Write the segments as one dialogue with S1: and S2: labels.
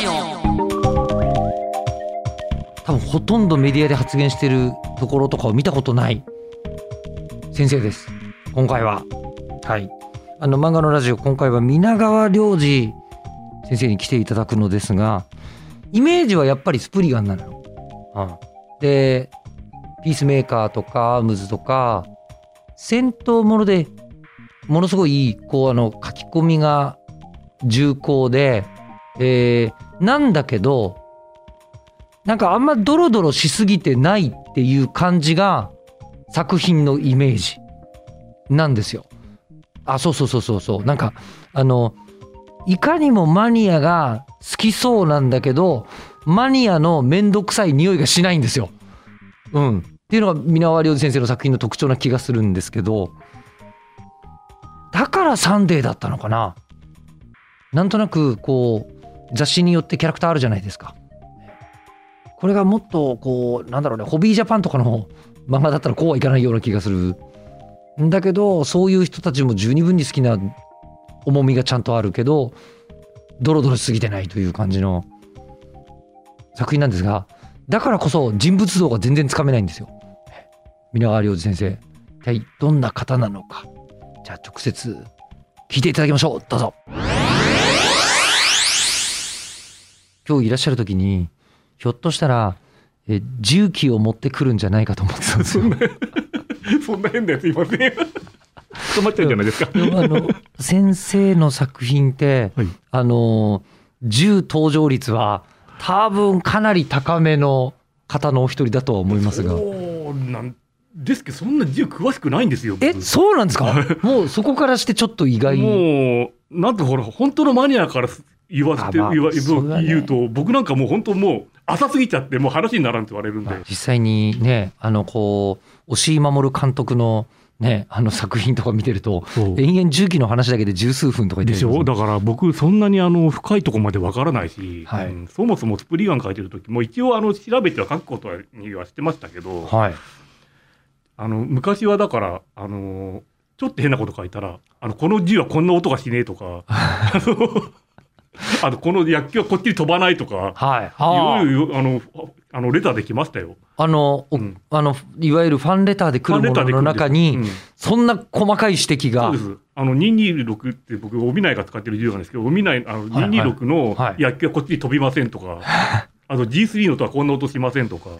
S1: ジオ
S2: 多分ほとんどメディアで発言してるところとかを見たことない先生です今回ははいあの漫画のラジオ今回は皆川良二先生に来ていただくのですがイメージはやっぱりスプリガンなのよ、うんでピースメーカーとかアームズとか戦闘ものでものすごいいいこうあの書き込みが重厚で、えーなんだけどなんかあんまドロドロしすぎてないっていう感じが作品のイメージなんですよ。あ、そうそうそうそうそう。なんかあのいかにもマニアが好きそうなんだけどマニアのめんどくさい匂いがしないんですよ。うん。っていうのが皆川亮次先生の作品の特徴な気がするんですけどだから「サンデー」だったのかななんとなくこう雑誌によってキャラクターあるじゃないですか。これがもっとこうなんだろうねホビージャパンとかの漫画だったらこうはいかないような気がするんだけどそういう人たちも十二分に好きな重みがちゃんとあるけどドロドロしすぎてないという感じの作品なんですがだからこそ人物像が全然つかめないんですよ。皆川亮次先生一体どんな方なのかじゃあ直接聞いていただきましょうどうぞ今日いらっしゃる時にひょっとしたらえ重機を持ってくるんじゃないかと思ってたんですよ。
S3: そんな変なやついません。 止まっちゃうじゃないですか。
S2: でもあの先生の作品って、
S3: はい
S2: あの銃登場率は多分かなり高めの方のお一人だとは思いますが。
S3: そうなんですけど、そんな銃詳しくないんですよ。僕
S2: え、そうなんですかもうそこからしてちょっと意外。
S3: もう、なんかほら、本当のマニアから言わせて、
S2: あまあ
S3: 言わ言う
S2: そうだね
S3: 言うと、僕なんかもう本当もう、浅すぎちゃって、もう話にならんって言われるんで。
S2: 実際にね、あの、こう、押井守監督のね、あの作品とか見てると、延々重機の話だけで十数分とか言って
S3: でし
S2: るん
S3: ょ
S2: ですよ
S3: だから僕、そんなにあの深いとこまでわからないし、
S2: はい
S3: うんそもそもスプリガン書いてる時も、一応あの調べては書くことにはしてましたけど、
S2: はい。
S3: あの昔はだから、あのちょっと変なこと書いたら、あのこの銃はこんな音がしねえとか、あの あのこの薬器はこっちに飛ばないとか、
S2: はい。
S3: い
S2: あ
S3: ろ
S2: ー
S3: いろあのあのレターできましたよ。
S2: あの、お
S3: うん
S2: あの、いわゆるファンレターで来るものの中
S3: ファンレターで来る
S2: に
S3: んですよ、
S2: そんな細かい指摘
S3: そ
S2: が
S3: うで、す。あの226って僕、帯内が使ってる銃なんですけど、帯内、あの
S2: はいはい
S3: 226の
S2: はい
S3: 薬器はこっちに飛びません とか、あと G3 の音はこんな音しませんとか、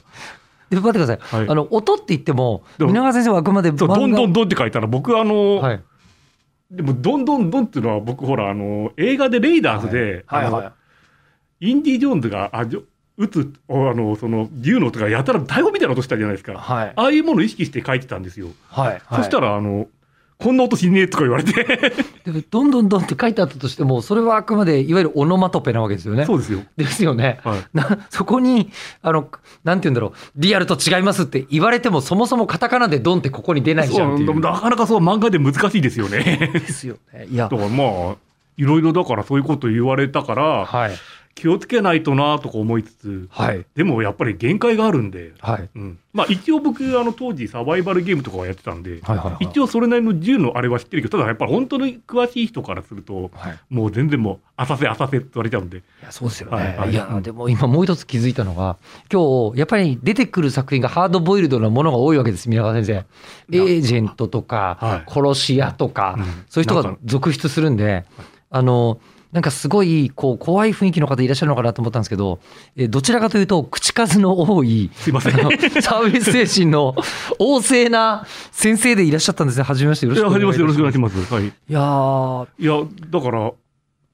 S2: で待ってください、
S3: はい
S2: あの音って言っても
S3: でも
S2: 皆川先生はあくまで
S3: そうどんど
S2: ど
S3: んどんって書いたら、僕、あの、
S2: はい
S3: でも、どんどんどんっていうのは、僕、ほら、あの、映画でレイダーズで、
S2: はい
S3: あの
S2: はい
S3: インディ・ジョーンズが、あ、じょ撃つ、おあの、その、銃の音がやたら大砲みたいな音したじゃないですか。
S2: はい
S3: ああいうものを意識して書いてたんですよ。
S2: はい
S3: そしたら、あの、こんな音しねえとか言われて、
S2: でもどんどんどんって書いてあったとしてもそれはあくまでいわゆるオノマトペなわけですよね
S3: そうですよ。
S2: ですよね
S3: はい。
S2: なそこにあのなんて言うんだろうリアルと違いますって言われてもそもそもカタカナでドンってここに出ないじゃんってい
S3: そう
S2: う
S3: なかなかそう漫画で難しいですよ ね。
S2: ですよねいや
S3: だからまあ、いろいろだからそういうこと言われたから、
S2: はい
S3: 気をつけないとなとか思いつつ、
S2: はい
S3: でもやっぱり限界があるんで、
S2: はい
S3: うん、まあ一応僕、あの当時サバイバルゲームとかはやってたんで、
S2: はいはい
S3: 一応それなりの銃のあれは知ってるけど、ただやっぱり本当に詳しい人からすると、
S2: はい
S3: もう全然もう、浅瀬浅瀬って言われちゃうんで、
S2: いやそうですよね、
S3: はい
S2: い
S3: はい
S2: やでも今もう一つ気づいたのが今日やっぱり出てくる作品がハードボイルドなものが多いわけです皆川先生エージェントとか
S3: はい
S2: 殺し屋とか、
S3: うん
S2: そういう人
S3: な
S2: が
S3: んか
S2: 続出するんであのなんかすごいこう怖い雰囲気の方いらっしゃるのかなと思ったんですけどえどちらかというと口数の多 い
S3: すいません。
S2: あのサービス精神の旺盛な先生でいらっしゃったんですねはじめましてよろしくお願いいたします。
S3: よろしくお願いします。はい。
S2: いやー
S3: いや、だから、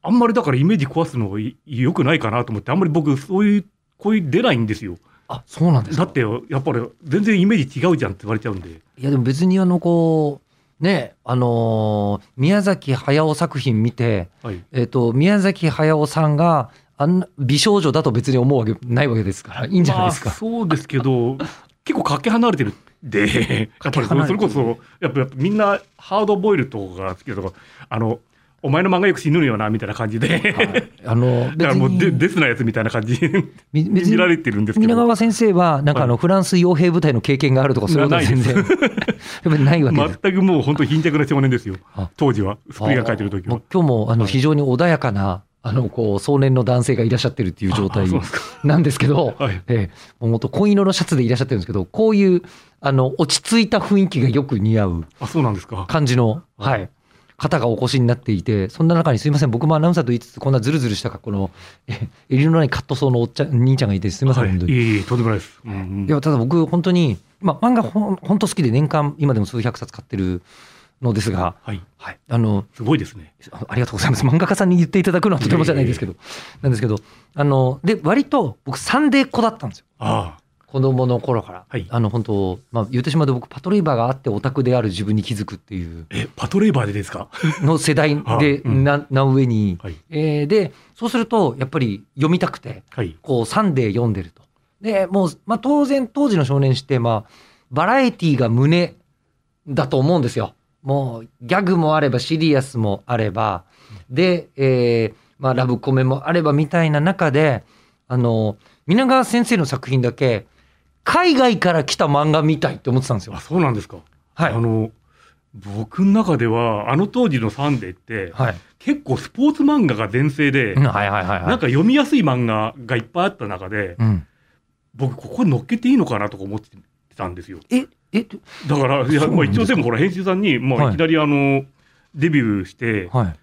S3: あんまりだからイメージ壊すのはい良くないかなと思って、あんまり僕、そういう声出ないんですよ。
S2: あそうなんです
S3: だ
S2: か
S3: って、やっぱり全然イメージ違うじゃんって言われちゃうんで。
S2: いやでも別にあのこうねあのー宮崎駿作品見て、
S3: はい。
S2: えっと宮崎駿さんがあんな美少女だと別に思うわけないわけですからいいんじゃないですか
S3: まあ、。そうですけど、 結構かけ離れてる んで、やっぱりそれそれこそ、やっぱやっぱみんなハードボイルドとかが好きだとか、あの、お前の漫画よく死ぬよな、みたいな感じ
S2: は
S3: で。
S2: いあの
S3: だ
S2: 別
S3: からもうデ
S2: に
S3: デスなやつみたいな感じで
S2: み別に
S3: 見られてるんですけ
S2: 皆
S3: ど、
S2: 川先生はなんかあのフランス傭兵部隊の経験があるとかそういうことは全然やっ ぱりないわけです。
S3: 全くもう本当貧弱な少年ですよ
S2: あ、
S3: 当時は、スプリが書いてる時
S2: も
S3: は
S2: う。今日もあの
S3: はい
S2: 非常に穏やかなあのこう壮年の男性がいらっしゃってるっていう状態
S3: あそうですか。
S2: なんですけど、
S3: はい。
S2: えー、もう本当紺色のシャツでいらっしゃってるんですけど、こういうあの落ち着いた雰囲気がよく似合う
S3: あ、そうなんですか。
S2: 感じの、
S3: は
S2: はいい、方がお越しになっていて、そんな中にすいません、僕もアナウンサーと言いつつ、こんなズルズルした格好の、え襟のないカットソーのおっちゃん、兄ちゃんがいて、すいません、
S3: はい
S2: 本当
S3: い
S2: に。
S3: えいえ、とんでもないです。うんうん
S2: いや、ただ僕、本当に、まあ、漫画ほん、本当好きで、年間、今でも数百冊買ってるのですが、
S3: はい。
S2: はい、あの、
S3: すごいですね。
S2: あありがとうございます。漫画家さんに言っていただくのはとてもじゃないですけど、なんですけど、あの、で、割と僕、サンデーっ子だったんですよ。
S3: あ
S2: 子供の頃から。
S3: はい
S2: あの、本当まあ、言ってしまうと僕、パトレイバーがあってオタクである自分に気づくっていう
S3: あ。え、パトレイバーでですか。
S2: の世代
S3: あ
S2: で、
S3: うん
S2: な、な上に、
S3: はい。
S2: えーで、そうすると、やっぱり読みたくて、
S3: はい。
S2: こう、サンデー読んでると。で、もう、まあ、当然、当時の少年誌って、まあ、バラエティが胸だと思うんですよ。もう、ギャグもあれば、シリアスもあれば、で、えーまあ、ラブコメもあれば、みたいな中で、あの、皆川先生の作品だけ、海外から来た漫画みたいって思ってたんですよ
S3: あ、。そうなんですか。
S2: はい
S3: あ。の、僕の中では、あの当時のサンデーって、
S2: はい。
S3: 結構スポーツ漫画が全盛で、
S2: うんはいはいはいはい。
S3: なんか読みやすい漫画がいっぱいあった中で、
S2: うん。
S3: 僕ここに乗っけていいのかなとか思ってたんですよ。
S2: え、え、
S3: だから、い
S2: そ
S3: や、
S2: うなん
S3: まあ
S2: です
S3: 一
S2: か
S3: 応でもほら、編集さんに、ま
S2: は
S3: あ
S2: い
S3: いきなりあの、デビューして、
S2: はい。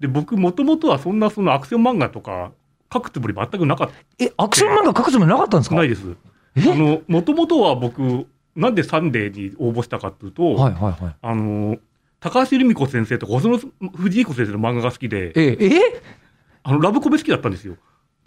S3: で、僕もともとはそんなそのアクション漫画とか書くつもり全くなかっ
S2: え、アクション漫画書くつもりなかったんです
S3: た、
S2: か
S3: ない
S2: い
S3: です。
S2: え
S3: あの、もともとは僕、なんでサンデーに応募したかっていうと、
S2: はいはいはい。
S3: あの、高橋留美子先生と細野藤彦先生の漫画が好きで、
S2: え、え
S3: あの、ラブコメ好きだったんですよ。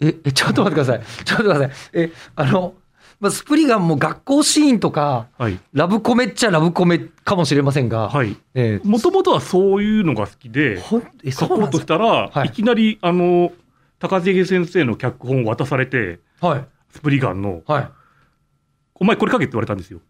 S2: え、え、ちょっと待ってください。ちょっと待ってください。え、あの、まあ、スプリガンも学校シーンとか、
S3: はい。
S2: ラブコメっちゃラブコメかもしれませんが、
S3: はい。
S2: え
S3: もともとはそういうのが好きで、
S2: ほんえ、
S3: 書
S2: そ
S3: こ
S2: うな
S3: うん
S2: で
S3: と
S2: す
S3: したら、
S2: はい
S3: い、きなり、あの、高瀬先生の脚本を渡されて、
S2: かはい。
S3: スプリガンの、
S2: は
S3: お前これ書けって言われたんですよ。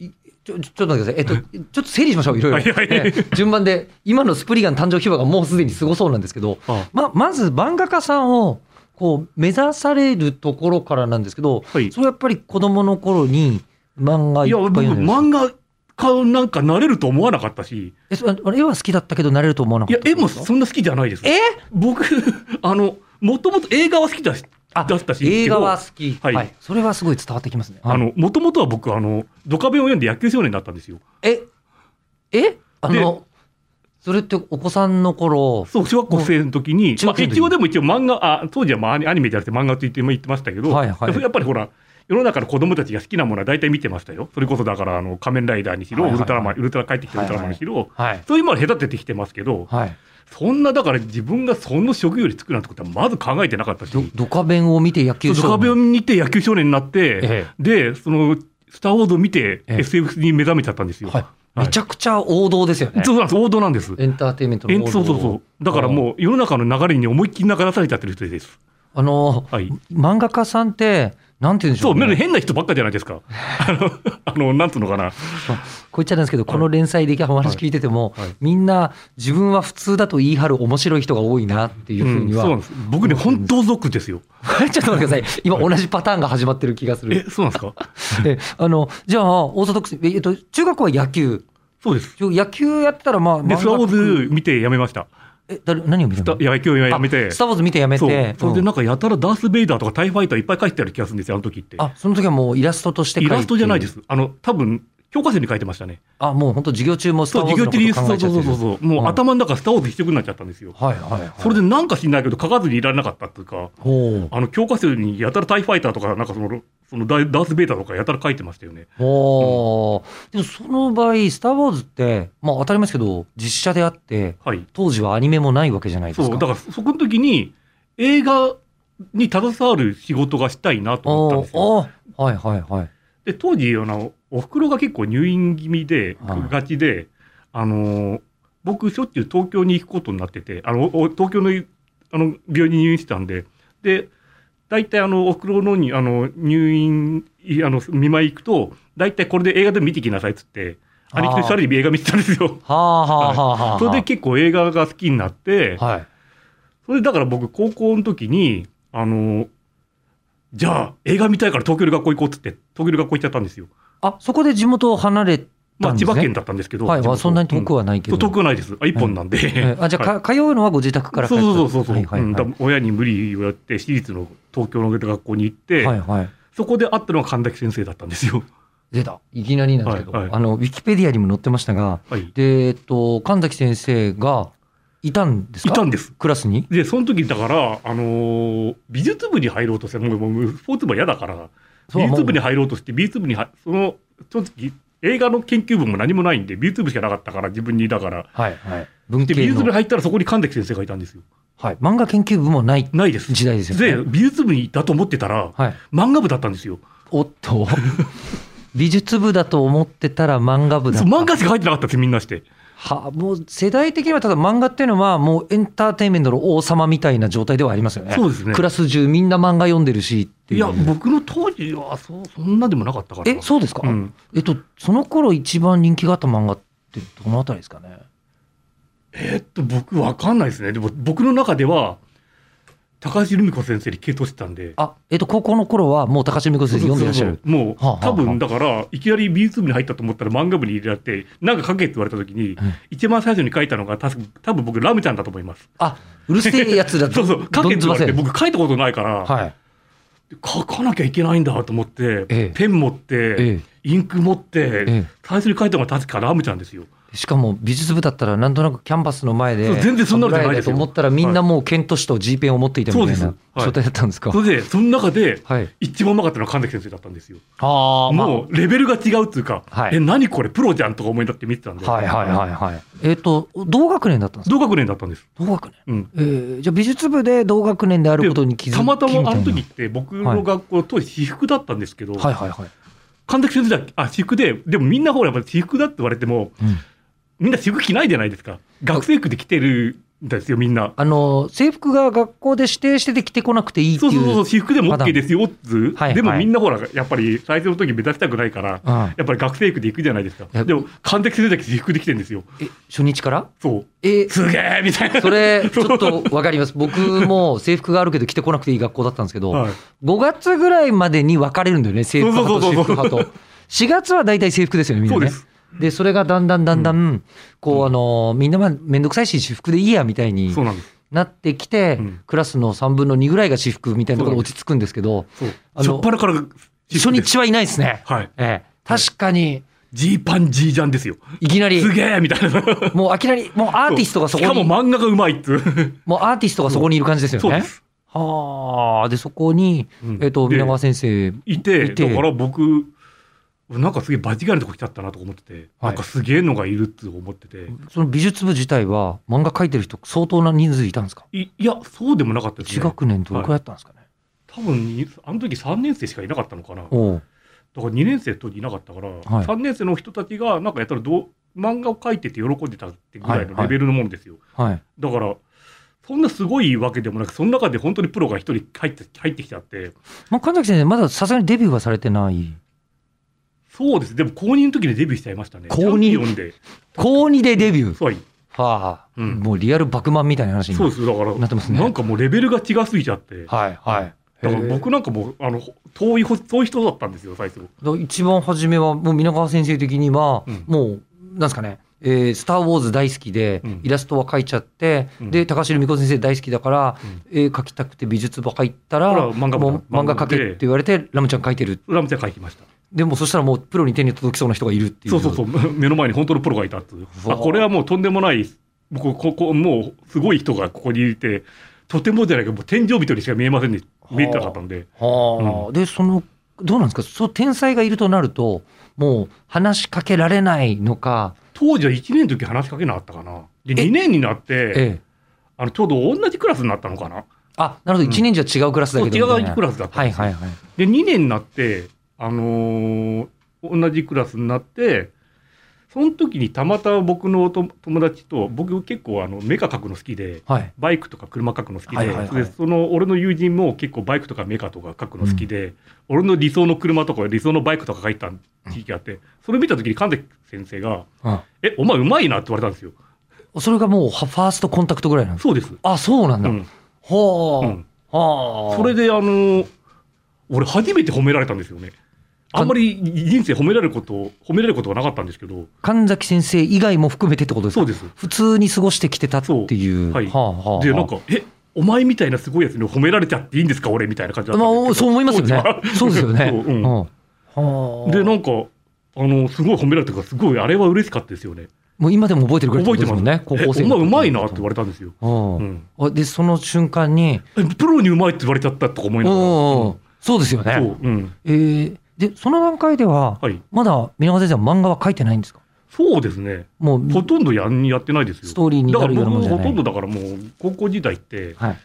S2: い。いちょ、ちょちょっと待ってください。えっと、ちょっと整理しましょう、いろいろ。
S3: はいはい
S2: ええ順番で、今のスプリガン誕生秘話がもうすでにすごそうなんですけど、
S3: あ
S2: ま、まず漫画家さんを、こう、目指されるところからなんですけど、
S3: はい。い
S2: それはやっぱり子供の頃に漫画いっ
S3: や、
S2: ぱい
S3: 僕、
S2: 読んでる
S3: 漫画家なんかなれると思わなかったし、
S2: えそああれ絵は好きだったけどなれると思わなか
S3: い
S2: っ
S3: や
S2: た、
S3: 絵も
S2: そう
S3: そんな好きじゃないです。
S2: え
S3: 僕、 あの、もともと映画は好きだし、
S2: あ
S3: だったし、
S2: 映画は
S3: けど
S2: 好き、は
S3: はいい
S2: それはすごい伝わってきますね。
S3: あの、もともとは僕、あの、ドカベンを読んで野球少年だったんですよ。
S2: ええあのそれってお子さんの頃
S3: そう、小学校生の時に、
S2: 中
S3: ま
S2: 学
S3: あ、
S2: 生の時
S3: 一応でも一応漫画、あ当時はまあアニアニメじゃなくて漫画と言っても言ってましたけど、
S2: はいはい
S3: でもやっぱりほら、世の中の子供たちが好きなものは大体見てましたよ。それこそだから、あの、仮面ライダーにしろ、
S2: はいはいはい
S3: ウルトラマン、ウルトラ帰ってきてウルトラマンにしろ、
S2: はい
S3: そういうものは隔ててきてますけど、
S2: はい
S3: そんなだから自分がその職業に就くなんてことはまず考えてなかったし、
S2: どドカベンを見て野球
S3: ドカベンを見て野球少年になって、
S2: え
S3: で、その、スター・ウォーズを見て、
S2: ええ
S3: SF に目覚めちゃったんです
S2: え
S3: よ。
S2: はいめちゃくちゃ王道ですよね
S3: そうなんです、王道なんです。
S2: エンターテインメントの
S3: え
S2: 王道
S3: そうそうそう。だからもう、世の中の流れに思いっきり流されちゃってる人です。
S2: あの、
S3: はい
S2: 漫画家さんってなんて言うんでし
S3: そ
S2: ょ
S3: う、
S2: う、ね、
S3: 変な人ばっかじゃないで すか。あの、あのなんつうのかな。
S2: こう言っちゃなんですけど、この連載でお話聞いてても、
S3: はいはい
S2: みんな自分は普通だと言い張る面白い人が多いなっていうふうには、
S3: そうなんです。僕ね、本当族ですよ。
S2: ちょっと待ってください。今同じパターンが始まってる気がす
S3: え
S2: る。、
S3: そうなん ですか
S2: えあの、じゃあ、オーソドックス、ええっと、中学校は野球。
S3: そうです。
S2: ちょ野球やってたら、まあ、
S3: で、スター・ウォー
S2: ズ。
S3: ズ見てやめました。
S2: え、誰、何を見
S3: ス
S2: た
S3: タ
S2: の
S3: いや、今日やめて
S2: あス。ターウォーズ見てやめ
S3: そう
S2: て。。
S3: それで
S2: うん
S3: なんかやたらダース・ベイダーとかタイファイターいっぱい書いてある気がするんですよ、あの時って。
S2: あ、その時はもうイラストとして描い
S3: イ
S2: て
S3: ラストじゃないで。す。あの、多分、教科書に書いてましたね。
S2: あ、もう本当授業中もスタ
S3: そ
S2: ー
S3: う、
S2: ウォーズ
S3: 授
S2: の
S3: 業
S2: こと
S3: 中に、そう
S2: 考
S3: そ
S2: えちゃ
S3: う
S2: って
S3: そう
S2: る。
S3: そう。もう頭の中スター・ウォーズ一色になっちゃったんですよ。
S2: はいはいはい。
S3: それで、なんか知んないけど書かずにいられなかったっていうか。
S2: ほう。
S3: あの教科書にやたらタイファイターとか、なんかその、そのダイダース・ベイターとかやたら書いてましたよね。
S2: ほう。でもその場合、スターウォーズって、まあ当たり前ですけど、実写であって、
S3: はい。
S2: 当時はアニメもないわけじゃないです
S3: そう、
S2: か。
S3: だからそこの時に、映画に携わる仕事がしたいなと思ったんですよ。
S2: おーおーはいはいはい。
S3: で、当時、あの、お袋が結構入院気味で
S2: はい、
S3: ガチで、あのー、僕、しょっちゅう東京に行くことになってて、あの、お東京の、あの、病院に入院してたんで、で、大体あの、お袋のに、あの、入院、いあの、見舞い行くと、大体これで映画でも見てきなさいっつって、兄貴と一緒に映画見てたんですよ。
S2: はあはあはあはあ。
S3: それで結構映画が好きになって、
S2: はい。
S3: それでだから僕高校の時に、あの、じゃあ映画見たいから東京の学校行こうっつって、東京の学校行っちゃったんですよ。
S2: あそこで地元を離れ
S3: ま
S2: た
S3: あ、
S2: んで
S3: 千
S2: すね
S3: 葉県だったんですけど、
S2: はい、まあ、そんなに遠く
S3: は、
S2: はないけど。
S3: うん遠くはないです、あ一本なんで、
S2: えーあじゃあ、
S3: はい
S2: か通うのはご自宅から帰っ
S3: そう
S2: て
S3: そうそうそう、
S2: はいはい
S3: うん
S2: は
S3: だ
S2: い。
S3: 親に無理をやって、私立の東京の学校に行って、
S2: はいはい
S3: そこで会ったのが神崎先生だったんですよ。
S2: 出た。いきなりなんですけど、
S3: はいはい
S2: あの、ウィキペディアにも載ってましたが、
S3: はい、
S2: で、えっと、神崎先生がいたんです
S3: い
S2: か
S3: たんです。
S2: クラスに
S3: で、その時だから、あのー美術部に入ろうとして、もうもうスポーツ部は嫌だから、
S2: そう
S3: 美術部に
S2: も
S3: 入ろうとして、美術部には、その、その時、映画の研究部も何もないんで、美術部しかなかったから、自分にだから。
S2: うはいはい。文
S3: で、
S2: 系
S3: 美術部に
S2: の、
S3: 入ったら、そこに神崎先生がいたんですよ。
S2: はい、漫画研究部もない
S3: ないです。
S2: 時代です
S3: で
S2: よ、ね。
S3: 美術部にだと思ってたら、
S2: はい、
S3: 漫画部だったんですよ。
S2: おっと 美術部だと思ってたら漫画部だっ
S3: そ
S2: た
S3: う漫画しか入ってなかったんですよ、みんなして。
S2: はもう世代的にはただ漫画っていうのはもうエンターテインメントの王様みたいな状態ではありますよね。
S3: そうですね
S2: ク。ラス中みんな漫画読んでるしって
S3: い
S2: いう。
S3: や、僕の当時はそう、そんなでもなかったから。
S2: えそうですか、
S3: うん
S2: えっとその頃一番人気があった漫画ってどのあたりですかね
S3: えっと、僕、わかんないですね。でも、僕の中では、高橋留美子先生に傾倒してたんで。
S2: あえっと高校の頃はもう高橋美子先生読んでらっしゃる。
S3: そうそうそうも
S2: は
S3: う、
S2: あはあはあ
S3: 多分だから、いきなり美術部に入ったと思ったら漫画部に入れられて、なんか書けって言われたときに、
S2: ん
S3: 一番最初に書いたのが、たす多分僕、ラムちゃんだと思います。
S2: あうるせえやつだ
S3: そうそう、書けって言われ
S2: ど
S3: て、
S2: んずば
S3: 僕、書いたことないから、
S2: せはい
S3: 書かなきゃいけないんだと思って、
S2: ええ
S3: ペン持って、
S2: え
S3: インク持って、
S2: え
S3: 最初に書いたのが確かラムちゃんですよ。
S2: え、しかも美術部だったらなんとなくキャンバスの前で
S3: そう全然そんなのじゃないですよ
S2: と思ったらみんなもう剣としと G ペンを持っていたみたい
S3: そう
S2: な
S3: ですはい
S2: 状態だったんですか、
S3: それで、その中で、
S2: はい、
S3: 一番うまかったのは神崎先生だったんですよ。
S2: ああ、まあ
S3: もう、レベルが違うっていうか、
S2: はい
S3: え、何これ、プロじゃんとか思いになって見てたんで、
S2: はいはいはいはい。えっ、と、同学年だったんですか
S3: 同学年だったんです。
S2: 同学年。
S3: うん
S2: えー、じゃあ美術部で同学年であることに気づき
S3: たまた
S2: み
S3: まあ
S2: い
S3: の
S2: な
S3: 時って僕の学校、当時私服だったんですけど、
S2: はいはいはい。
S3: 神崎先生だあ私服ででもみんなほらやっぱ私服だって言われても
S2: うん
S3: みんな私服着ないじゃないですか学生服で着てるんですよみんな
S2: あの、制服が学校で指定してて着てこなくていいって
S3: そ
S2: いうう。
S3: そうそう私服でも
S2: パターン
S3: OK ですよっつ、
S2: はい
S3: でも
S2: はい
S3: みんなほらやっぱり最初の時目立ちたくないから
S2: うん
S3: やっぱり学生服で行くじゃないです
S2: いや
S3: かでも神崎先生だけ私服で着てるんですよ
S2: え、初日から
S3: そう
S2: え、
S3: すげえみたいな
S2: それ、ちょっとわかります。僕も制服があるけど着てこなくていい学校だったんですけど、
S3: はい
S2: 5月ぐらいまでに分かれるんだよね、制服派と
S3: そう
S2: 私
S3: そう
S2: 服
S3: そうそう
S2: 派と。4月は大体制服ですよね、みんなね。
S3: そうです
S2: で、それがだんだんだんだん、こう、あの、みんなまあめんどくさいし、私服でいいや、みたいに
S3: そうなんです
S2: なってきて、
S3: うん
S2: クラスの3分の2ぐらいが私服みたいなところで落ち着くんですけど、
S3: そう
S2: あ
S3: 初
S2: の
S3: っ端から私
S2: 初
S3: 服です
S2: 日はいないですね。
S3: はい
S2: ええ、確かに、
S3: ジーパンジージャンですよ
S2: いきなり
S3: す、げえみたいな
S2: もういきなり、もうアーティストがそこ
S3: しかも
S2: に、
S3: 漫画がうまいっつう。
S2: もうアーティストがそこにいる感じですよ
S3: そうで
S2: ね。
S3: す。
S2: はあ、で、そこに、
S3: うん
S2: えっと、
S3: で
S2: 皆川先生、
S3: いて、
S2: いて
S3: だから僕、なんかすげえ場違いのとこ来ちゃったなとか思ってて、
S2: はい
S3: なんかすげえのがいるって思ってて、
S2: その美術部自体は漫画描いてる人相当な人数いたんですか
S3: いいや、そうでもなかったです
S2: 一
S3: ね。
S2: 学年どれくらいやったんですかね、
S3: 多分にあの時3年生しかいなかったのかな。だか
S2: おう
S3: ら2年生当時いなかったから、
S2: い
S3: 3年生の人たちが、なんかやったらどう、漫画を描いてて喜んでたってぐらいのレベルのもんですよ。
S2: はい
S3: だから、そんなすごいわけでもなく、その中で本当にプロが一人入って入ってきちゃって、
S2: まあ、神崎先生まださすがにデビューはされてない
S3: そうです、でも公認の時にデビューしちゃいましたね。
S2: 公認
S3: チャンピオンで。
S2: 高2でデビュー
S3: そう
S2: はあ、
S3: うん
S2: もうリアルバクマンみたいな話に
S3: そうですだから
S2: なってますね
S3: んかもうレベルが違すぎちゃって、
S2: はいはい
S3: だから
S2: へえ
S3: 僕なんかもうあの遠いほ遠い人だったんですよ最初
S2: だから一番初めはもう皆川先生的には、
S3: うん
S2: もうなんですかね「えースター・ウォーズ」大好きで、
S3: うん
S2: イラストは描いちゃって、
S3: うん
S2: で高城美子先生大好きだから、
S3: うん
S2: 絵描きたくて美術部入ったら
S3: ほら漫画部
S2: もう漫画描けって言われてラムちゃん描いてる
S3: ラムちゃん書いてました
S2: でもそしたらもうプロに手に届きそうな人がいるっていう
S3: そうそうそう目の前に本当のプロがいたっていう
S2: わ
S3: あこれはもうとんでもない僕ここもうすごい人がここにいてとてもじゃないけどもう天井人にしか見えませんね見えてなかったんで
S2: はあ、でそのどうなんですかそう天才がいるとなるともう話しかけられないのか、
S3: 当時は1年の時話しかけなかったかなで
S2: え
S3: 2年になって
S2: ええ、
S3: あのちょうど同じクラスになったのかな
S2: あなるほど1年じゃ違うクラスだ
S3: そう
S2: けど
S3: 違
S2: みたいな
S3: うクラスだった
S2: は
S3: んで
S2: い
S3: すよ
S2: はいはい
S3: で、2年になって、あのー同じクラスになって、その時にたまたま僕のおと友達と、僕結構あの、メカ描くの好きで、
S2: はい
S3: バイクとか車描くの好きで、
S2: はいはいはい
S3: でその俺の友人も結構バイクとかメカとか描くの好きで、俺の理想の車とか理想のバイクとか描いた時期があって、それ見た時に神崎先生が、え、お前うまいなって言われたんですよ。
S2: うんそれがもうはファーストコンタクトぐらいなんです
S3: そうです。
S2: あそうなん
S3: う
S2: だ、
S3: ん。
S2: ほう
S3: うん
S2: はあ
S3: それであのー俺初めて褒められたんですよね。あんまり人生褒められること、褒められることがなかったんですけど、
S2: 神崎先生以外も含めてってことです
S3: そ
S2: か
S3: うです。
S2: 普通に過ごしてきてたっていう。
S3: そうはい
S2: はあはあはあ
S3: で、なんか、えお前みたいなすごいやつに褒められちゃっていいんですか、俺みたいな感じだった
S2: ま
S3: ん
S2: あ、
S3: ですけ
S2: そう
S3: ど
S2: 思いますよね。そうですよね。
S3: そううん
S2: はあ
S3: で、なんか、あの、すごい褒められたから、すごい、あれは嬉しかったですよね。
S2: もう今でも覚えてるぐらい
S3: 覚えて
S2: です
S3: ま
S2: も
S3: す
S2: んね、高
S3: え
S2: 校生
S3: お
S2: の
S3: 前
S2: 時
S3: うまいなって言われたんですよ。
S2: う
S3: うんん
S2: あで、その瞬間に、
S3: えプロにうまいって言われちゃったとか思いながら。
S2: お
S3: うん
S2: お、そうですよ
S3: そ
S2: ね。
S3: う、うん。
S2: えーで、その段階では、
S3: はい。
S2: まだ皆川先生は漫画は書いてないんですか
S3: そうですね。
S2: もう、
S3: ほとんどやんやってないです
S2: ス
S3: よ。
S2: トーリーに
S3: だ
S2: な
S3: から
S2: るような
S3: 僕
S2: もんじゃ
S3: ほ
S2: な
S3: と
S2: い
S3: ん。どだからもう高校時代って
S2: はい。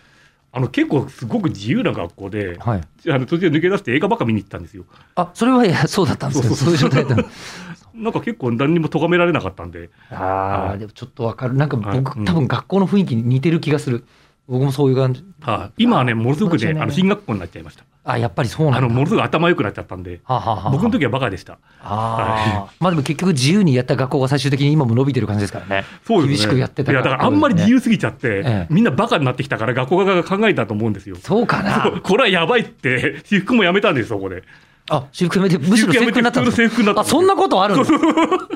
S3: あの結構すごく自由な学校で
S2: はい。
S3: あの途中で抜け出して映画ばっか見に行ったんですよ
S2: あ、それはいや、そうだったんですけど、
S3: そう
S2: そういう状態 だったんです。
S3: なんか結構何にも咎められなかったんで
S2: ああ、でもちょっとわかる。なんか
S3: はい
S2: 僕、
S3: うん
S2: 多分学校の雰囲気に似てる気がする。僕もそういう感じ。
S3: はい今はねものすごく
S2: そうですよ
S3: ね
S2: ね
S3: あの進学校になっちゃいました
S2: あ、やっぱりそうな
S3: あ
S2: んだ。
S3: のものすごく頭良くなっちゃったんで
S2: はあはあはあ
S3: 僕の時はバカでした
S2: ああ、まあでも結局自由にやった学校が最終的に今も伸びてる感じですからね。
S3: そうですね
S2: 厳しくやってた
S3: いやだからあんまり自
S2: 由。
S3: 由すぎちゃって、
S2: ええ
S3: みんなバカになってきたから学校側が考えたと思うんですよ
S2: そうかな。
S3: これはやばいって私服もやめたんですそこで
S2: あ、私服やめて、むしろ制服になったんです
S3: 私服やめて普通の制服になった
S2: あ、そんなことあるの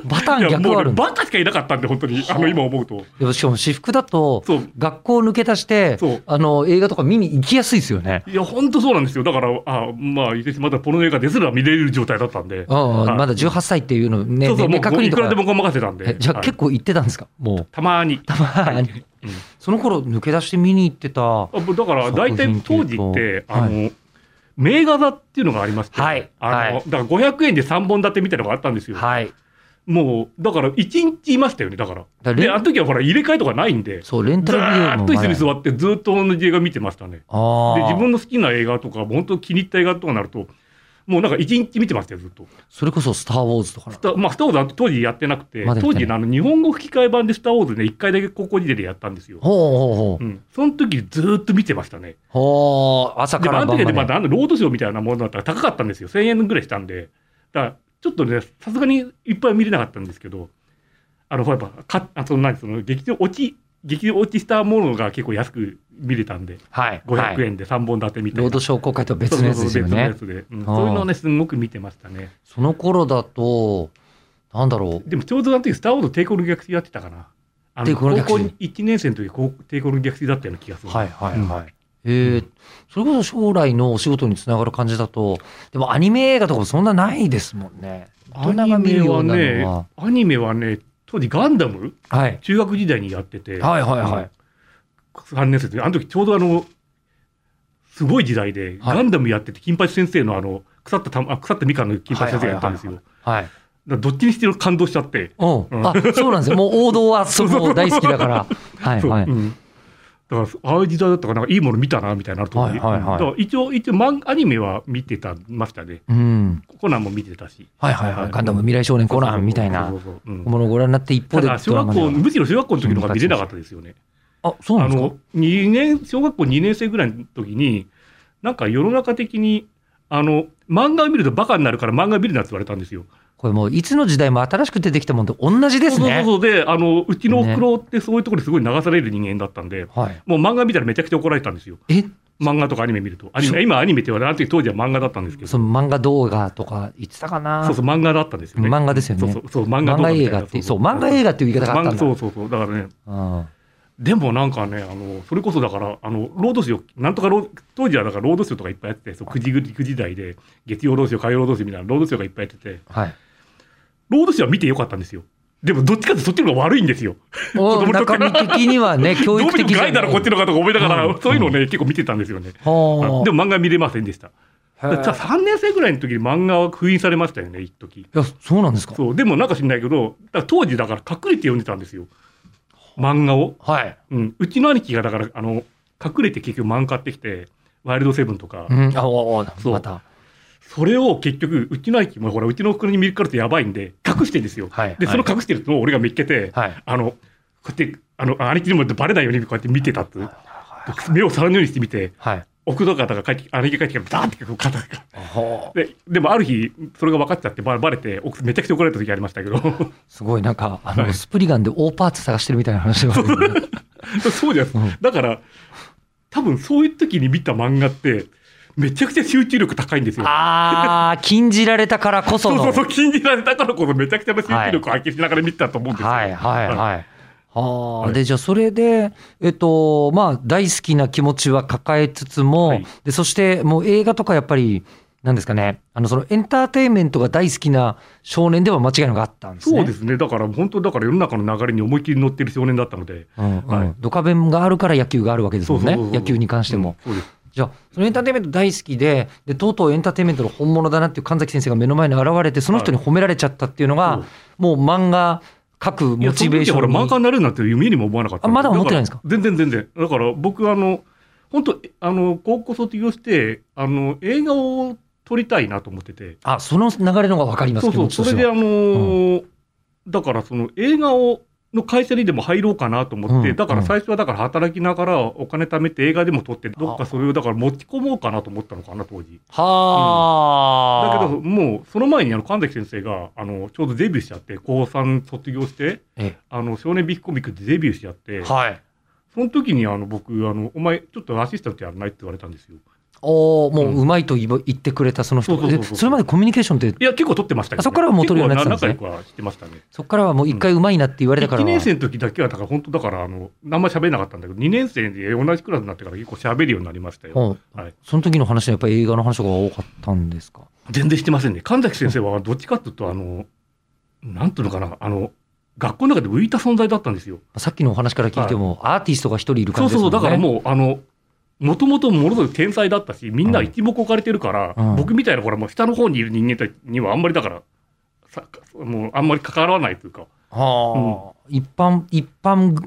S2: パターン
S3: いや
S2: 逆
S3: も
S2: は
S3: う
S2: ある
S3: ね
S2: んだ。
S3: バカしかいなかったんで本当に
S2: はあ
S3: あの今思うと
S2: でもしかも私服だと、
S3: そう
S2: 学校抜け出して
S3: そう、
S2: あの、映画とか見に行きやすいですよね。
S3: いや、本当そうなんですよ。だから、あまあ、言ってしまったらポロの映画ですら見れる状態だったんで。
S2: ああ、
S3: はい
S2: まだ18歳っていうのね、
S3: そうそう、
S2: ねね
S3: も
S2: 確
S3: うい
S2: 認と
S3: くら
S2: か
S3: で。もごまかせたんで
S2: え。じゃあ
S3: はい
S2: 結構行ってたんですかもう。
S3: たまに。
S2: たまに。
S3: うん
S2: その頃抜け出して見に行ってた。は
S3: あもうだから、
S2: 作品っ
S3: 大
S2: ていうと
S3: 体当時って、あ
S2: は
S3: の、名画座っていうのがありまして、
S2: はい
S3: あ
S2: はい
S3: の、だから500円で3本立てみたいなのがあったんですよ。
S2: い。だか
S3: もう、だから1日いましたよね、だから。
S2: らレン
S3: で、あの時はほら、入れ替えとかないんで、
S2: そう、レンタ
S3: ず
S2: ルビデオ
S3: ー
S2: の
S3: っと椅子
S2: 前
S3: に座って、ずーっと同じ映画見てましたね。
S2: あ
S3: で、
S2: あ。
S3: 自分の好きな映画とか、本当気に入った映画とかになると、もうなんか1日見てましたよ、ずっと。
S2: それこそスター・ウォーズとかな
S3: スタまあ、スター・ウォーズは当時やってなくて、
S2: まだやっ
S3: 当
S2: てない
S3: 時のあの日本語吹き替え版でスター・ウォーズね、1回だけ高校時代でやったんですよ。
S2: ほうほうほう
S3: う。ん、その時ずーっと見てましたね。
S2: ほう、朝
S3: で
S2: か
S3: も、あ
S2: ら
S3: の
S2: 晩
S3: 時
S2: まで。
S3: はねまだあのロードショーみたいなものだったら高かったんですよ。1000円ぐらいしたんで。だから、ちょっとね、さすがにいっぱい見れなかったんですけど、あの、ほらやっぱ、かあその何、その劇場落ち、劇場落ちしたものが結構安く見れたんで、
S2: はい。
S3: 500
S2: はい
S3: 円で3本立てみたい
S2: ロー
S3: な。
S2: ドショー公開とは別のやつですよね。
S3: そうそうそう別のやつで、うん
S2: あー
S3: そういうのをね、すごく見てましたね。
S2: その頃だと、なんだろう。
S3: でもちょうどあの時、スター・ウォーズ帝国の逆襲やってたかな。あ
S2: 帝
S3: の
S2: 国の
S3: 高
S2: 逆
S3: 校
S2: 襲
S3: 1年生の時、高帝国の逆襲だったような気がする。
S2: はいはいはい。え
S3: う
S2: ー、それこそ将来のお仕事につながる感じだと、でもアニメ映画とかもそんなないですもんね。
S3: アニメはね、
S2: は
S3: アニメはね、当時ガンダム
S2: はい。
S3: 中学時代にやってて、
S2: はいはいはい。
S3: 3年生で、あの時ちょうどあの、すごい時代で、
S2: はい
S3: ガンダムやってて、金八先生のあの、腐ったたまあ腐ったみかんの金八先生がやったんですよ。
S2: はい。
S3: だからどっちにしても感動しちゃって。
S2: うん。
S3: うん
S2: あ、そうなんですよ。もう王道はそこ大好きだから。はい
S3: そう
S2: はい。
S3: うんだから、ああいう時代だったから、なんかいいもの見たな、みたいなるとこ
S2: はいはいはい
S3: だから一応、一応、漫アニメは見てた、ましたね。
S2: うん。
S3: コナンも見てたし。
S2: はいはいは。
S3: はいい
S2: ガンダム未来少年コナンみたいな
S3: そうそうそううん
S2: ものをご覧になって一
S3: た
S2: 方で
S3: だ、小学
S2: ドラ
S3: 校、
S2: マで
S3: むしろ小学校の時の方が見れなかったですよね。
S2: はあ、そうな
S3: あ
S2: んですか
S3: の、2年、小学校2年生ぐらいの時に、なんか世の中的に、あの、漫画を見るとバカになるから漫画見るなって言われたんですよ。
S2: これもういつの時代も新しく出てきたもんと同じですね。
S3: そうそうそう。で、あの、うちのおふくろってそういうところですごい流される人間だったんで、
S2: はい。
S3: もう漫画見たらめちゃくちゃ怒られたんですよ。
S2: え、
S3: 漫画とかアニメ見ると。アニ
S2: そう
S3: メ、今アニメって言われあの時当時は漫画だったんですけど。
S2: そ
S3: そう
S2: の漫画動画とか言ってたかな。
S3: そう漫画だったんですよね。
S2: 漫画ですよね
S3: そうそうそう、漫画
S2: 漫
S3: とか
S2: 画
S3: みたい
S2: 映
S3: な
S2: 画って、そう、漫画映画っていう言い方があったんだ。
S3: 漫画そうそうそう。だからね、
S2: うん
S3: でもなんかね、あのそれこそだから、あのロードショー、なんとかロー当時はだからロードショーとかいっぱいやってて、そう9時ぐ9時台で、月曜ロードショー、火曜ロードショーみたいなロードショーがいっぱいやってて、
S2: はい。
S3: ロードショーは見てよかったんですよ。でも、どっちかってそっちの方が悪いんですよ。
S2: お
S3: 子供の
S2: 中
S3: 時
S2: 身的には ね、教
S3: どう
S2: 育的
S3: 見ても
S2: じゃ
S3: 害だろ、こっちの方とか思いながら、
S2: うん
S3: そういうのをね、結構見てたんですよね。あ
S2: は
S3: の
S2: あ。
S3: でも、漫画見れませんでした。
S2: へえ
S3: だ3年生ぐらいの時に漫画は封印されましたよね、一時
S2: いや、そうなんですか。
S3: そう、でもなんか知んないけど、だから当時だから隠れて読んでたんですよ。漫画を。
S2: はい。
S3: うん、うちの兄貴がだからあの隠れて結局漫画買ってきてワイルドセブンとか、
S2: うん、あ、おお、
S3: そう
S2: また。
S3: それを結局うちの兄貴もほらうちのおふくろに見るからってやばいんで隠してんですよ、
S2: はい
S3: で
S2: はい
S3: その隠してるのを俺が見っけて、
S2: はい。
S3: あのこうやってあの兄貴にもバレないようにこうやって見てたって、目を皿のようにして見て
S2: はい。
S3: 奥の方が帰って兄貴が帰ってきたらダーってこう肩が
S2: はあ
S3: ででもある日それが分かっちゃってババレて奥めちゃくちゃ怒られた時ありまし たけど
S2: すごい、なんか、あ
S3: は
S2: の、
S3: い
S2: スプリガンで大パーツ探してるみたいな話があるね。
S3: そうじゃないです、
S2: うん
S3: だから多分そういう時に見た漫画ってめちゃくちゃ集中力高いんですよ。
S2: ああ、禁じられたからこそ
S3: そう
S2: の。
S3: そうそう、禁じられたからこそめちゃくちゃな集中力を発揮しながら見てたと思うんですよ。
S2: はいはい
S3: はい
S2: はい。は
S3: は
S2: あ、
S3: い
S2: で、じゃあ、それで、えっと、まあ、大好きな気持ちは抱えつつも、
S3: はい
S2: で、そして、もう映画とかやっぱり、なんですかね、あの、そのエンターテインメントが大好きな少年では間違いなくあったんですね。
S3: そうですね。だから本当だから世の中の流れに思いっきり乗ってる少年だったので。
S2: うんうん
S3: はい
S2: ドカベンがあるから野球があるわけです
S3: そ
S2: も
S3: うんそう
S2: ね。
S3: そうそう
S2: 野球に関しても。。
S3: うんそうです。
S2: じゃあ、そのエンターテインメント大好きで、で、とうとうエンターテインメントの本物だなっていう神崎先生が目の前に現れて、その人に褒められちゃったっていうのが、
S3: そ
S2: も
S3: う
S2: う漫画書く
S3: いや
S2: モチベーション
S3: その時はほら、漫
S2: に
S3: 画になるなんて夢にも思わなかった
S2: あまだ思ってないんですか
S3: だら全然全然。だから僕、あの、本当あの、高校卒業して、あの、映画を撮りたいなと思ってて。
S2: あ、その流れの方が分かります、
S3: そうそ
S2: 気持
S3: う、
S2: ち
S3: そ
S2: とし
S3: れ
S2: て
S3: で、あ
S2: は
S3: のーだからその映画を、の会社にでも入ろうかなと思って、
S2: うん
S3: だか
S2: う
S3: ら
S2: ん
S3: 最初はだから働きながらお金貯めて映画でも撮って、どっかそれをだから持ち込もうかなと思ったのかな、当時。だ
S2: はあ、
S3: けど、もうその前にあの神崎先生があのちょうどデビューしちゃって、高3卒業して、
S2: え
S3: あの少年ビッグコミックでデビューしちゃって、
S2: はい。
S3: その時にあの僕あの、お前、ちょっとアシスタントやらないって言われたんですよ。
S2: おおも
S3: う
S2: うんうまいと言わ言ってくれたその人
S3: そうそうそう
S2: で
S3: そう
S2: それまでコミュニケーションって
S3: いや、結構撮ってましたけど、
S2: あそっからはもう撮るようになってたんですね
S3: 結構仲良くはしてましたね。
S2: そこからはもう一回うまいなって言われたから
S3: 1
S2: は、
S3: 年生の時だけは、だから本当だから、あの、あんまり喋れなかったんだけど、2年生で同じクラスになってから結構喋るようになりましたよ。
S2: うん
S3: はい
S2: その時の話はやっぱり映画の話とかが多かったんですか
S3: 全然してませんね。神崎先生はどっちかっていうと、あの、なんていうのかな、あの、学校の中で浮いた存在だったんですよ。
S2: さっきのお話から聞いても、アーティストが一人いる
S3: そ
S2: 感
S3: う
S2: じ
S3: そ
S2: で
S3: う
S2: す
S3: そ
S2: も
S3: う、
S2: んね
S3: だからもう、あの、もともとものすごい天才だったし、みんな一目置かれてるから、
S2: うん
S3: 僕みたいな、ほら、もう下の方にいる人間たちにはあんまりだから、さもうあんまり関わらないというか、
S2: はあ、一般一般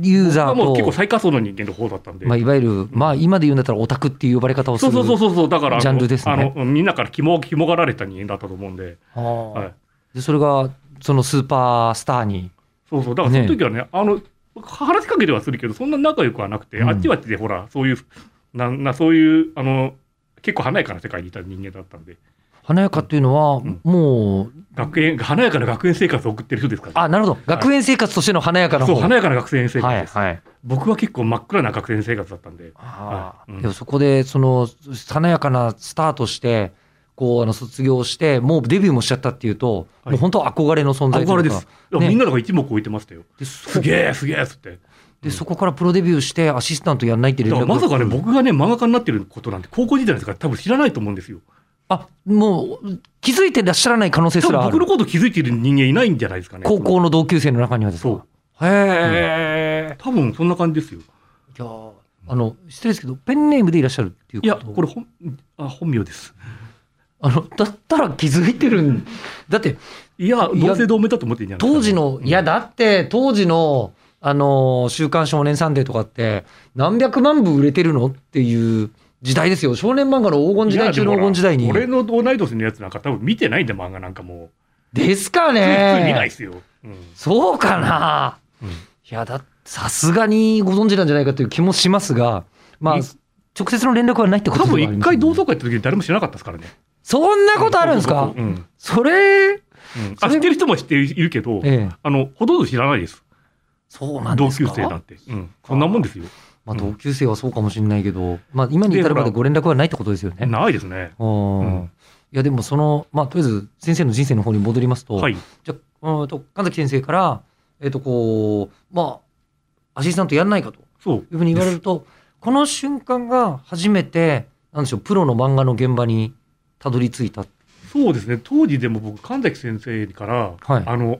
S2: ユーザー
S3: 僕はもう結構
S2: と
S3: 最下層の人間の方だったんで。
S2: まあ、いわゆる、まあ、今で言うんだったらオタクっていう呼ばれ方をす
S3: そう
S2: る
S3: そうそうそうそう、だからあの、
S2: ジャンルですね
S3: あのみんなから肝を肝がられた人間だったと思うんで、
S2: はあ
S3: はい、
S2: でそれがそのスーパースターに
S3: そうそう、だからその時はね、あの話しかけではするけど、そんな仲良くはなくて、
S2: うん
S3: あっちはあっちで、ほら、そういう、なんなそういうあの、結構華やかな世界にいた人間だったんで、
S2: 華やかっていうのは、
S3: ん
S2: もう
S3: 学園華やかな学園生活を送ってる人ですから、
S2: あなるほど学園生活としての華やかな方、
S3: そう、華やかな学園生活
S2: はい
S3: です、
S2: はい
S3: 僕は結構真っ暗な学園生活だったんで、
S2: あー
S3: はいうん
S2: でもそこでその華やかなスタートしてこうあの卒業してもうデビューもしちゃったっていうと、
S3: はい
S2: もう本当憧れの存在というか
S3: 憧れです。いや
S2: ね
S3: みんなのが一目置いてましたよ。
S2: でそ
S3: すげえ、すげえっつって。
S2: でそこからプロデビューしてアシスタントやんないって連
S3: だか
S2: 絡が
S3: らまさかね、僕がね、漫画家になってることなんて、高校時代ですから、多分知らないと思うんですよ。
S2: あもう気づいてらっしゃらない可能性
S3: 多
S2: す
S3: 分
S2: らあ
S3: 僕の
S2: る
S3: こと気づいてる人間いないんじゃないですかね。
S2: 高校の同級生の中にはですか
S3: そう
S2: へえ、
S3: 多分そんな感じですよ。
S2: いやーあの失礼ですけどペンネームでいらっしゃるっていう
S3: い
S2: こ
S3: や、
S2: と
S3: これ本、あ、本名です。
S2: あのだったら気づいてるんだって
S3: いや、
S2: いや
S3: 同姓同名だと思ってんじゃない
S2: 当時の、いや、だって、当時の、あのー、週刊少年サンデーとかって、何百万部売れてるのっていう時代ですよ。少年漫画の黄金時代中の黄金時代に。
S3: 俺の同い年のやつなんか多分見てないんで、漫画なんかも
S2: ですか
S3: う。普通見ない
S2: ね
S3: ですよ。うん
S2: そうかな、
S3: うん
S2: いや、だ、さすがにご存知なんじゃないかという気もしますが、まあ、
S3: い
S2: 直接の連絡はないってこと
S3: 多
S2: ではあ
S3: 分
S2: ります
S3: 一回同窓会行った時に誰も知らなかったですからね。
S2: そんなことあるんです
S3: う
S2: か
S3: んそうそ
S2: そ
S3: うそう
S2: れ、
S3: うんうん
S2: そ
S3: あ
S2: れ
S3: 知ってる人も知っているけど、
S2: ええ、
S3: あの、ほとんど知らないです。
S2: そうなん
S3: 同
S2: です
S3: 級
S2: か
S3: 生なんて。うんそんなもんですよ。
S2: まあ、同級生はそうかもしれないけど、まあ、今に至るまでご連絡はないってことですよね。
S3: ないですね。
S2: うん
S3: うん
S2: いやでもその、まあ、とりあえず先生の人生の方に戻りますと、
S3: はい。
S2: じゃあうんと神崎先生から、えっとこうまあ、アシスタントやんないかと
S3: そう。
S2: いうふうに言われるとこの瞬間が初めてなんでしょうプロの漫画の現場にたどり着いた、
S3: そうですね、当時でも僕、神崎先生から、
S2: はい
S3: あの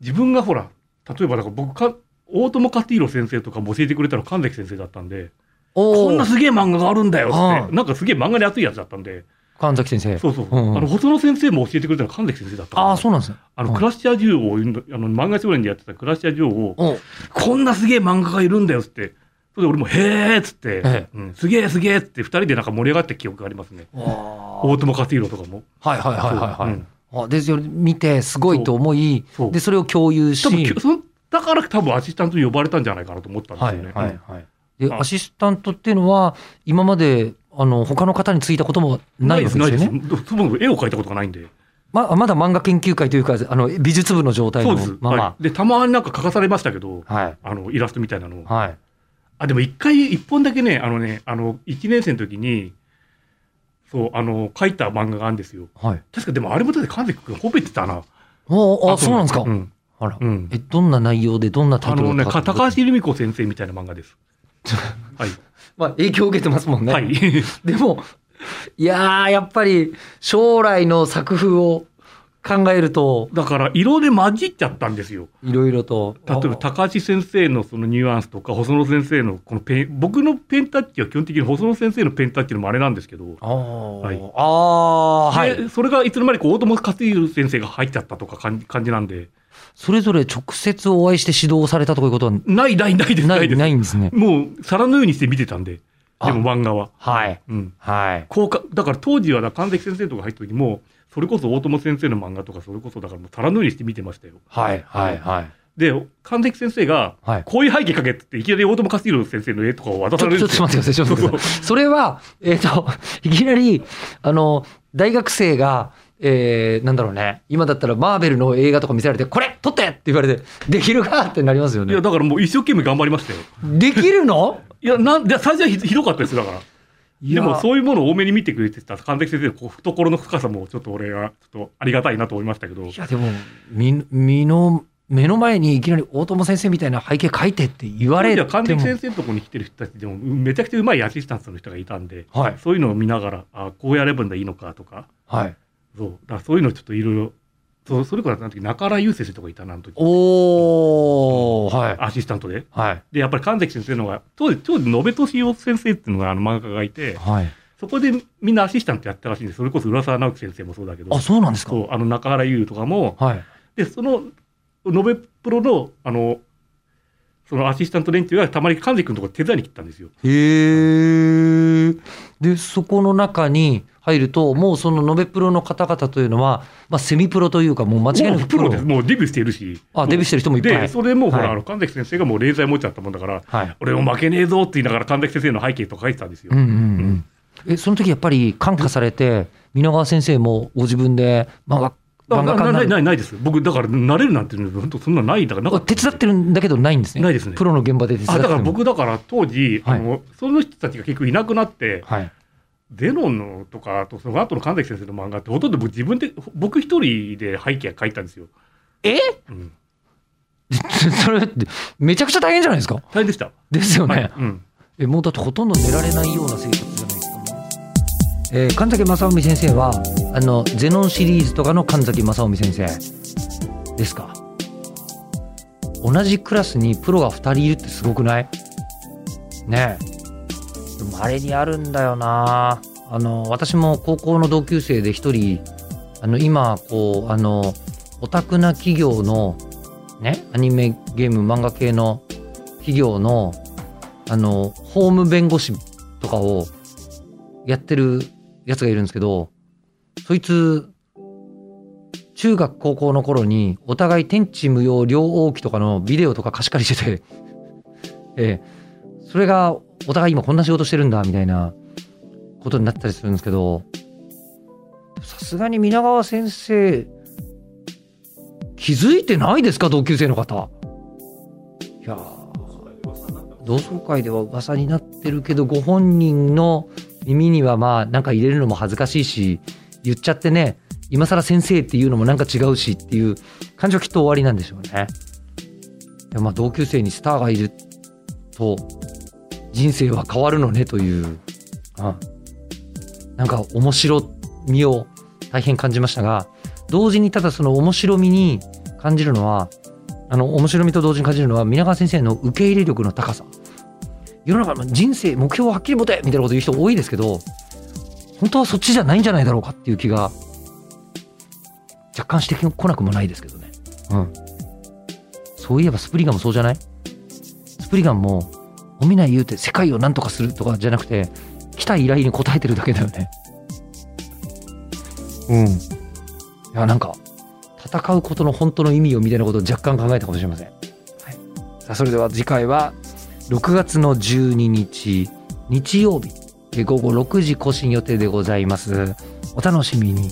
S3: 自分がほら、例えばだから僕か、大友カティーロ先生とかも教えてくれたの神崎先生だったんで、
S2: お
S3: こんな
S2: ー
S3: すげえ漫画があるんだよっ
S2: は
S3: て、
S2: い
S3: なんかすげえ漫画に熱いやつだったんで、
S2: 神崎先生
S3: そうそう、
S2: うんうん
S3: あの細野先生も教えてくれたの神崎先生だった
S2: ああそうなんですね
S3: あの
S2: うん
S3: クラッシャージュを、あの漫画少年でやってたクラッシャージュを、
S2: お
S3: こんなすげえ漫画がいるんだよっつって、それで俺も、へえっつって、
S2: え
S3: うんすげえすげえっつって、2人でなんか盛り上がった記憶がありますね、
S2: お
S3: 大友カティーロとかも。
S2: はいはいはいはいはい、
S3: うん
S2: あでそれ見てすごいと思い
S3: そう
S2: でそれを共有し
S3: 多分きゅそのだから多分アシスタントに呼ばれたんじゃないかなと思ったんですよね。うん
S2: はい。で、
S3: うん
S2: アシスタントっていうのは、今まで、あの、他の方についたこともないわけですよね。
S3: ないですそもそも絵を描いたことがないんで。
S2: ままだ漫画研究会というか、あの、美術部の状態
S3: そ
S2: の
S3: うです。
S2: まま
S3: は。い、で、たまになんか描かされましたけど、
S2: はい。
S3: あの、イラストみたいなのを。
S2: はい。
S3: あ、でも一回、一本だけね、あのね、あの、1年生の時に、そう、あの、書いた漫画があるんですよ。
S2: はい。
S3: 確かでもあれもだって神崎君褒めてたな。
S2: ああ、そうなんですか。
S3: うん。
S2: あら。
S3: うん
S2: え、どんな内容で、どんなタ
S3: あ
S2: イトル
S3: のね、
S2: だった
S3: か
S2: んです
S3: 高橋留美子先生みたいな漫 画です。はい。
S2: まあ、影響を受けてますもんね。
S3: はい。
S2: でも、いやー、やっぱり、将来の作風を考えると、
S3: だから、色で混じっちゃったんですよ。
S2: いろいろと。
S3: 例えば、高橋先生のそのニュアンスとか、細野先生のこのペン、僕のペンタッチは基本的に細野先生のペンタッチの真似なんですけど、
S2: あー、
S3: はい
S2: あー、はい。
S3: でそれがいつの間にか大友克洋先生が入っちゃったとか感じ感じなんで、
S2: それぞれ直接お会いして指導されたということは
S3: ないないないです、
S2: な
S3: ない
S2: い、
S3: です。
S2: ないんですね。
S3: もう、皿のようにして見てたんで、
S2: あ
S3: でも漫画は。
S2: はい。
S3: うん。
S2: はい。
S3: 効果、だから当時はだ、神崎先生とか入った時も、それこそ大友先生の漫画とか、それこそだからもう皿のようにして見てましたよ。
S2: はい。はい。はい。
S3: で、神崎先生が、
S2: はい。
S3: こういう背景かけって言って、いきなり大友克洋先生の絵とかを渡
S2: ち
S3: さ
S2: ょ
S3: れる
S2: ち
S3: ん
S2: ょっと
S3: です
S2: 待
S3: よ。
S2: ってください、ちょっと待ってください。それは、えっ、と、いきなり、あの、大学生が、えー、なんだろうね、今だったらマーベルの映画とか見せられて、これ撮ってって言われて、できるかってなりますよ
S3: いや、
S2: ね。
S3: だからもう一生懸命頑張りましたよ。
S2: できるの
S3: いや、なんで最初はひひどかったですよだから。でもそういうものを多めに見てくれてた神崎先生のこう懐の深さも、ちょっと俺は、ちょっとありがたいなと思いましたけど
S2: い、や、でも、み、みの、目の前にいきなり大友先生みたいな背景書いてって言われ
S3: い
S2: て
S3: や
S2: も。
S3: 神崎先生のところに来てる人たちでも、めちゃくちゃうまいアシスタントの人がいたんで、
S2: はい。
S3: そういうのを見ながら、あこうやればいいのかとか、
S2: はい。
S3: そうだからそういうのちょっといろいろ、そうそれこそあの時中原雄生とかいたな、あの時
S2: おー、はい。
S3: アシスタントで。
S2: はい。
S3: で、やっぱり神崎先生の方が、当時、当時、延べ俊夫先生っていうのがあの漫画家がいて、
S2: はい。
S3: そこでみんなアシスタントやったらしいんで、それこそ浦沢直樹先生もそうだけど、
S2: あ、そうなんですか
S3: そうあの中原優とかも、
S2: はい。
S3: で、その、延べプロの、あの、そのアシスタント連中がたまに神崎君のところ手伝いに来てたんですよ。
S2: へえ。で、そこの中に入ると、もうその延べプロの方々というのは、まあ、セミプロというか、もう間違いな
S3: も
S2: く
S3: うプ
S2: プ
S3: ロ
S2: ロ
S3: です。。もうデビューしてるし。
S2: あ、デビューしてる人もいっぱ
S3: で、
S2: い。
S3: それもほら、
S2: はい
S3: あの神崎先生がもう冷剤持っちゃったもんだから、
S2: はい。
S3: 俺も負けねえぞって言いながら神崎先生の背景とか書いてたんですよ。
S2: うんうんうん。え、その時やっぱり感化されて、皆川先生もご自分で漫画、
S3: あ
S2: 漫
S3: な
S2: 画家にな
S3: なない
S2: る。
S3: ないないです。僕、だから、なれるなんていうの、本当そんなないだからなか
S2: あ
S3: った
S2: 手伝ってるんだけどないんですね。
S3: ないですね
S2: プロの現場で手伝っ
S3: あ
S2: て
S3: だから
S2: も
S3: 僕、だから当時、
S2: はい
S3: あの、その人たちが結局いなくなって、
S2: はい。
S3: ゼノンのとか、あとその後の神崎先生の漫画って、ほとんど僕自分で、僕一人で背景書いたんですよ。
S2: え
S3: うん、
S2: それって、めちゃくちゃ大変じゃないですか。
S3: 大変でした。
S2: ですよね。
S3: はいうん
S2: えもうだってほとんど寝られないような生活じゃないですか、えー神崎正臣先生はあのゼノンシリーズとかの神崎正臣先生ですか同じクラスにプロが2人いるってすごくないねえでもあれにあるんだよなあの私も高校の同級生で1人あの今こうあのオタクな企業のねアニメゲーム漫画系の企業のあの、法務弁護士とかをやってるやつがいるんですけど、そいつ、中学高校の頃にお互い天地無用両王記とかのビデオとか貸し借りしてて、 ええそれがお互い今こんな仕事してるんだみたいなことになったりするんですけど、さすがに皆川先生、気づいてないですか同級生の方。いやー同窓会では噂になってるけどご本人の耳にはまあなんか入れるのも恥ずかしいし言っちゃってね今更先生っていうのもなんか違うしっていう感情きっと終わりなんでしょうね。でまあ同級生にスターがいると人生は変わるのねという、うん、なんか面白みを大変感じましたが同時にただその面白みに感じるのはあの面白みと同時に感じるのは皆川先生の受け入れ力の高さ世の中の人生目標をはっきり持てみたいなこと言う人多いですけど本当はそっちじゃないんじゃないだろうかっていう気が若干してこなくもないですけどね、うん、そういえばスプリガンもそうじゃないスプリガンも「おみない言うて世界を何とかする」とかじゃなくて来た依頼に応えてるだけだよねうんいやなんか戦うことの本当の意味をみたいなことを若干考えたかもしれません、さあそれでは次回は6月の12日日曜日え午後6時更新予定でございますお楽しみに